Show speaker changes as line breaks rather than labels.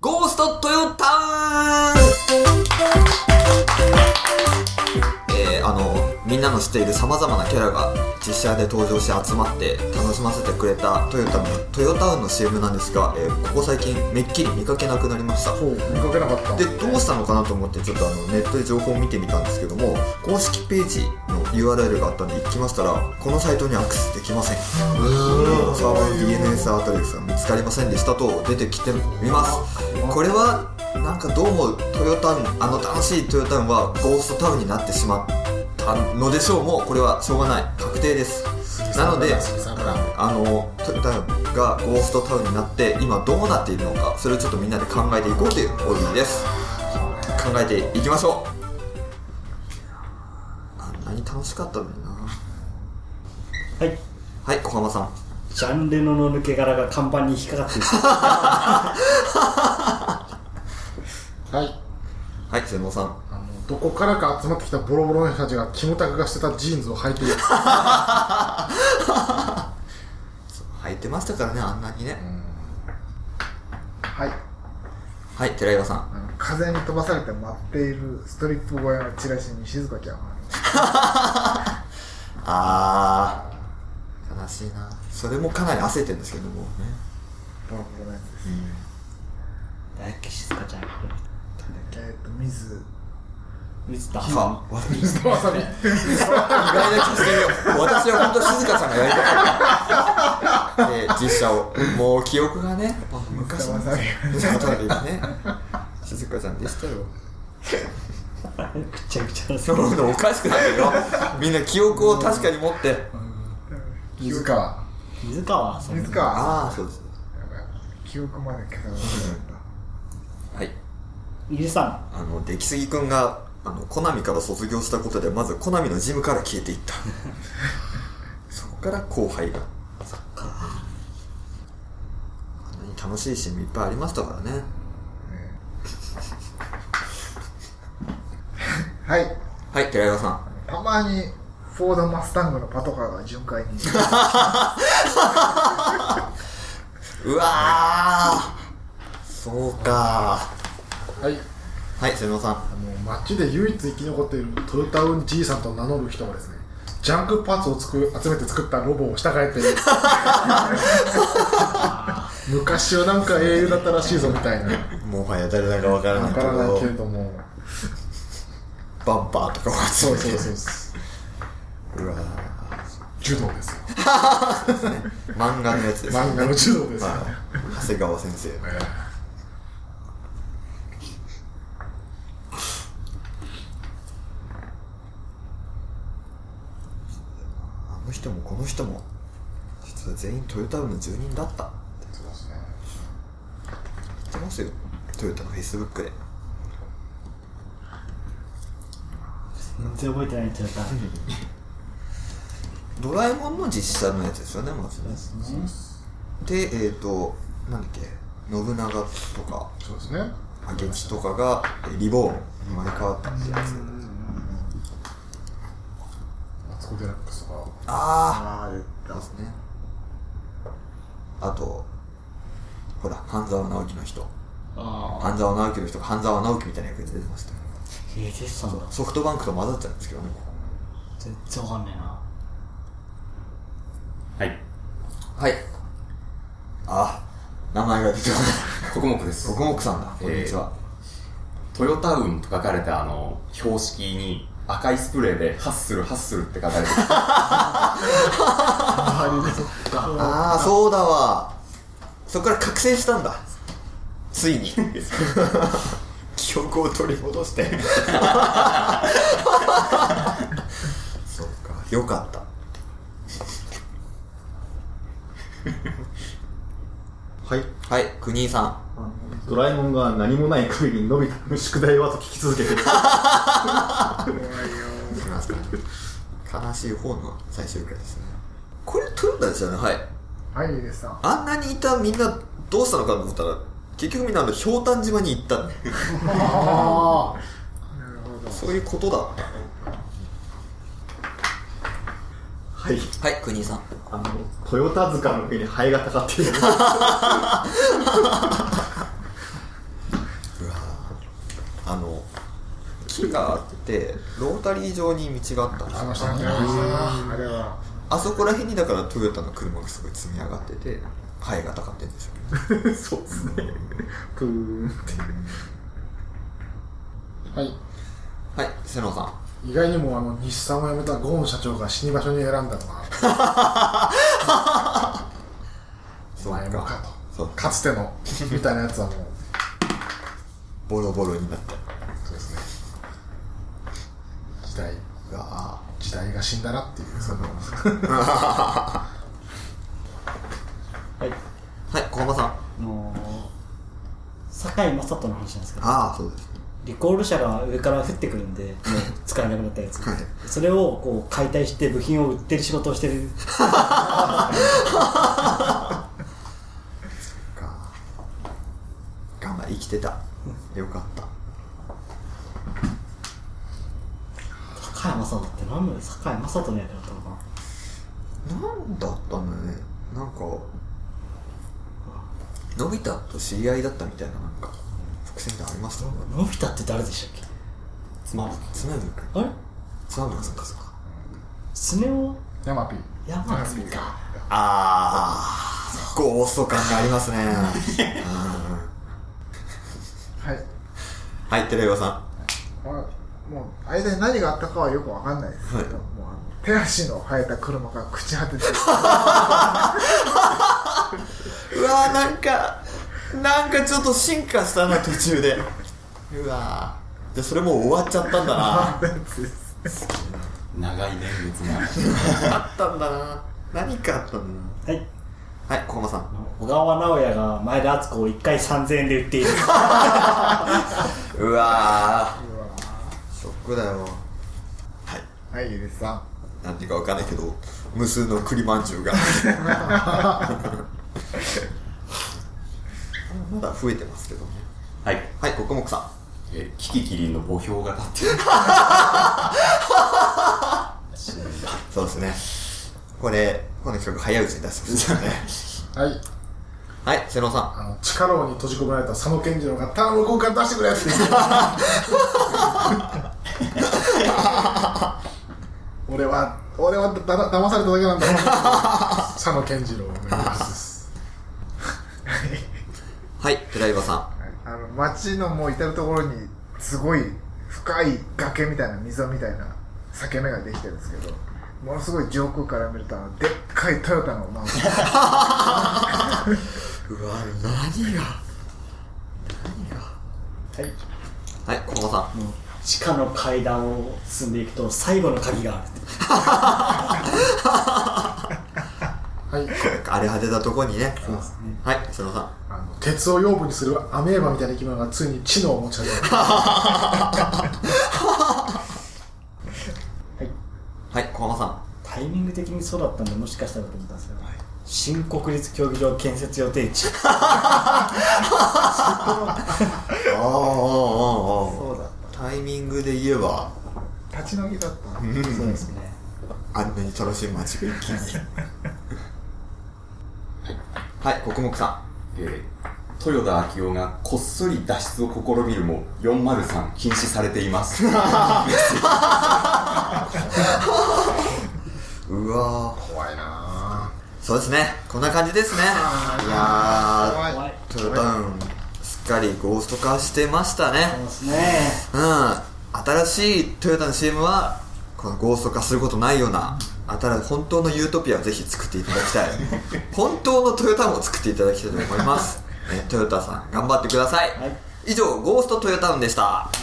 トトヨタウンえーあのみんなの知っているさまざまなキャラが実写で登場して集まって楽しませてくれたトヨタのトヨタウンの CM なんですが、えーここ最近めっきり見かけなくなりました
そう見かけなかった
でどうしたのかなと思ってちょっとあのネットで情報を見てみたんですけども公式ページの URL があったんで行きましたらこのサイトにアクセスできません
ん
サーバー DNS アドレスが見つかりませんでしたと出てきてみますこれはなんかどうもトヨタウンあの楽しいトヨタウンはゴーストタウンになってしまったのでしょうもうこれはしょうがない確定ですなのであのトヨタウンがゴーストタウンになって今どうなっているのかそれをちょっとみんなで考えていこうというオーディです考えていきましょうあんなに楽しかったのにな
はい
はい小浜さん
ジャンレノの抜け殻が看板に引っかかってる
はい
はい瀬能さん
あのどこからか集まってきたボロボロの人たちがキムタクがしてたジーンズを履いている
履いてましたからねあんなにね、
はい
はい寺岩さん
あの風に飛ばされて舞っているストリップ小屋のチラシに静かきゃ
あー悲しいなそれもかなり焦ってるんですけどもね
ボロボロのやつです
大吉静香ちゃん
えっと水
水田
は悪い意
わさび
外な気がしてるよ私は本当静香さんがやりたかったで実写をもう記憶がね昔の
わさび
静香さんで今ね静香さんでしたよ
くちゃくちゃ
そういうのおかしくなってる よみんな記憶を確かに持って
水川
水川そ
水川
ああそうです
やばい記憶まで消さなか
はい
ゆりさ
あの出来すぎくんがあのコナミから卒業したことでまずコナミのジムから消えていった そこから後輩がそっかあんなに楽しいシーンいっぱいありましたからね
ったはい
はい寺岩さん
たまにフォードマスタングのパトカーが巡回に
うわーそうか
はい
はい瀬野さん
あの街で唯一生き残っているトヨタウンじいさんと名乗る人がですねジャンクパーツをつく集めて作ったロボを従えて 昔はなんか英雄だったらしいぞみたいな
もはや誰だかわからな
わ
いけ
からないけれ
ど
ども
バンパーとかを集
そ
め
う
て
そうそうそう
うわ
柔道ですよ
ー漫画のやつですよね
漫画の柔道ですよ、
まあ長谷川先生
え
あの人もこの人も実は全員トヨタウンの住人だった
えそうですね
言ってますよトヨタのフェイスブックで
ん全然覚えてないんちゃった
ドラえもんの実写のやつですよねまずねでえっ、となんだっけ信長とか
そうですね
明智とかがえリボーンに生まれ変わったってやつ
マツコ・デラックスとか
あ
ああ言っ
あですねあとほら半沢直樹の人
ああ
半沢直樹の人が半沢直樹みたいな役で出てましたよね
ええ出てたんだ
ソフトバンクと混ざっちゃうんですけどね
全然わかんねえな
はい。
はいあ名前が出てこない
穀目です。
国木さんだこんにちは、
トヨタウンと書かれたあの、標識に赤いスプレーでハッスルハッスルって書かれてる
ああそうだわそこから覚醒したんだついに記憶を取り戻してそうかよかった
はい。
はい国井さん
あのドラえもんが何もない限りのび太の宿題はと聞き続けてる。
いきますか悲しい方の最終回ですねこれトヨタですよねはい
たはいゆりさん
あんなにいたみんなどうしたのかと思ったら結局みんなあのひょうたん島に行ったんだ
ああなるほ ど
そういうことだった
はい。
はい国井さん
あの、トヨタ塚の上にハエがたかっている。
あの木があってロータリー上に道があったんで
あ
すよ
りましたねあれは
あそこら辺にだからトヨタの車がすごい積み上がっててハエがたかってるんですよ
そうですね。プーンって。
はい
はい瀬野さん
意外にもあの日産を辞めたゴーン社長が死に場所に選んだの はお前もか
そ
と
う
かつてのみたいなやつはもう
ボロボロになった
そうですね時代
うわー
時代が死んだなっていうその
はい
はい小浜さん
あの堺井雅人の話なんですけど
ああそうです
リコール車が上から降ってくるんで、もう使えなくなったやつ、
はい
それをこう解体して部品を売ってる仕事をしてる
か頑張り生きてたよかった
堺井雅人って何で堺井雅人の役だったのかな
なんだったんだねなんかのび太と知り合いだったみたいななんか伏線がありました
のび太って誰でしたっ
つまぶつまぶくん
けあれ
つまぶくんかそうか
スネ夫
ヤマピー
山津か
ああゴースト感がありますねうん
はい、
はい寺岩さ
まあ、もう間に何があったかはよくわかんないですけど、もうあの手足の生えた車が朽ち果てて
んうわーなんかなんかちょっと進化したな途中でうわーでそれもう終わっちゃったんだな
長い年月が
あったんだな何かあったん
はい
だなはい小浜さん
小川直也が前田敦子を1回3000円で売っている
うわーショックだよはい
はいゆでさ
何ていうかわかんないけど無数の栗まんじゅうが まだ増えてますけどね
はい、
はい国木さん
えー、キキキリンの墓標が立ってる
そうですねこれこの企画早いうちに出してほしいですね
んはい
はい瀬野さん
あの地下牢に閉じ込められた佐野健次郎が「頼む交換出 してくれ」って言って俺は俺はだだ騙されただけなんだ佐野健次郎を目指す
はい寺岩さん
あの街のもう至る所にすごい深い崖みたいな溝みたいな裂け目ができてるんですけどものすごい上空から見るとあのでっかいトヨタのマウント
うわ何が
はい
はい小浜さん
もう地下の階段を進んでいくと最後の鍵があ
はい
る
荒れ果てたとこにねはい瀬野さん
あの鉄を養分にするアメーバみたいな生き物がついに知能を持ち始めた
はい小浜さん
タイミング的にそうだったんでもしかしたらと思ったんですけど、新国立競技場建設予定地
ああああそうだタイミングで言えば
立ち退きだった
そうですね
あんなに楽しい街が一気にはい国木さ
えー豊田昭夫がこっそり脱出を試みるも403禁止されています
んうわー
怖いな
そうですねこんな感じですねいや
怖
ー
い
トヨタウンすっかりゴースト化してましたね
そうですね
うん新しいトヨタの CM はこのゴースト化することないような新しい本当のユートピアをぜひ作っていただきたい本当のトヨタも作っていただきたいと思います、ね、トヨタさん頑張ってください、
はい
以上ゴーストトヨタウンでした
あの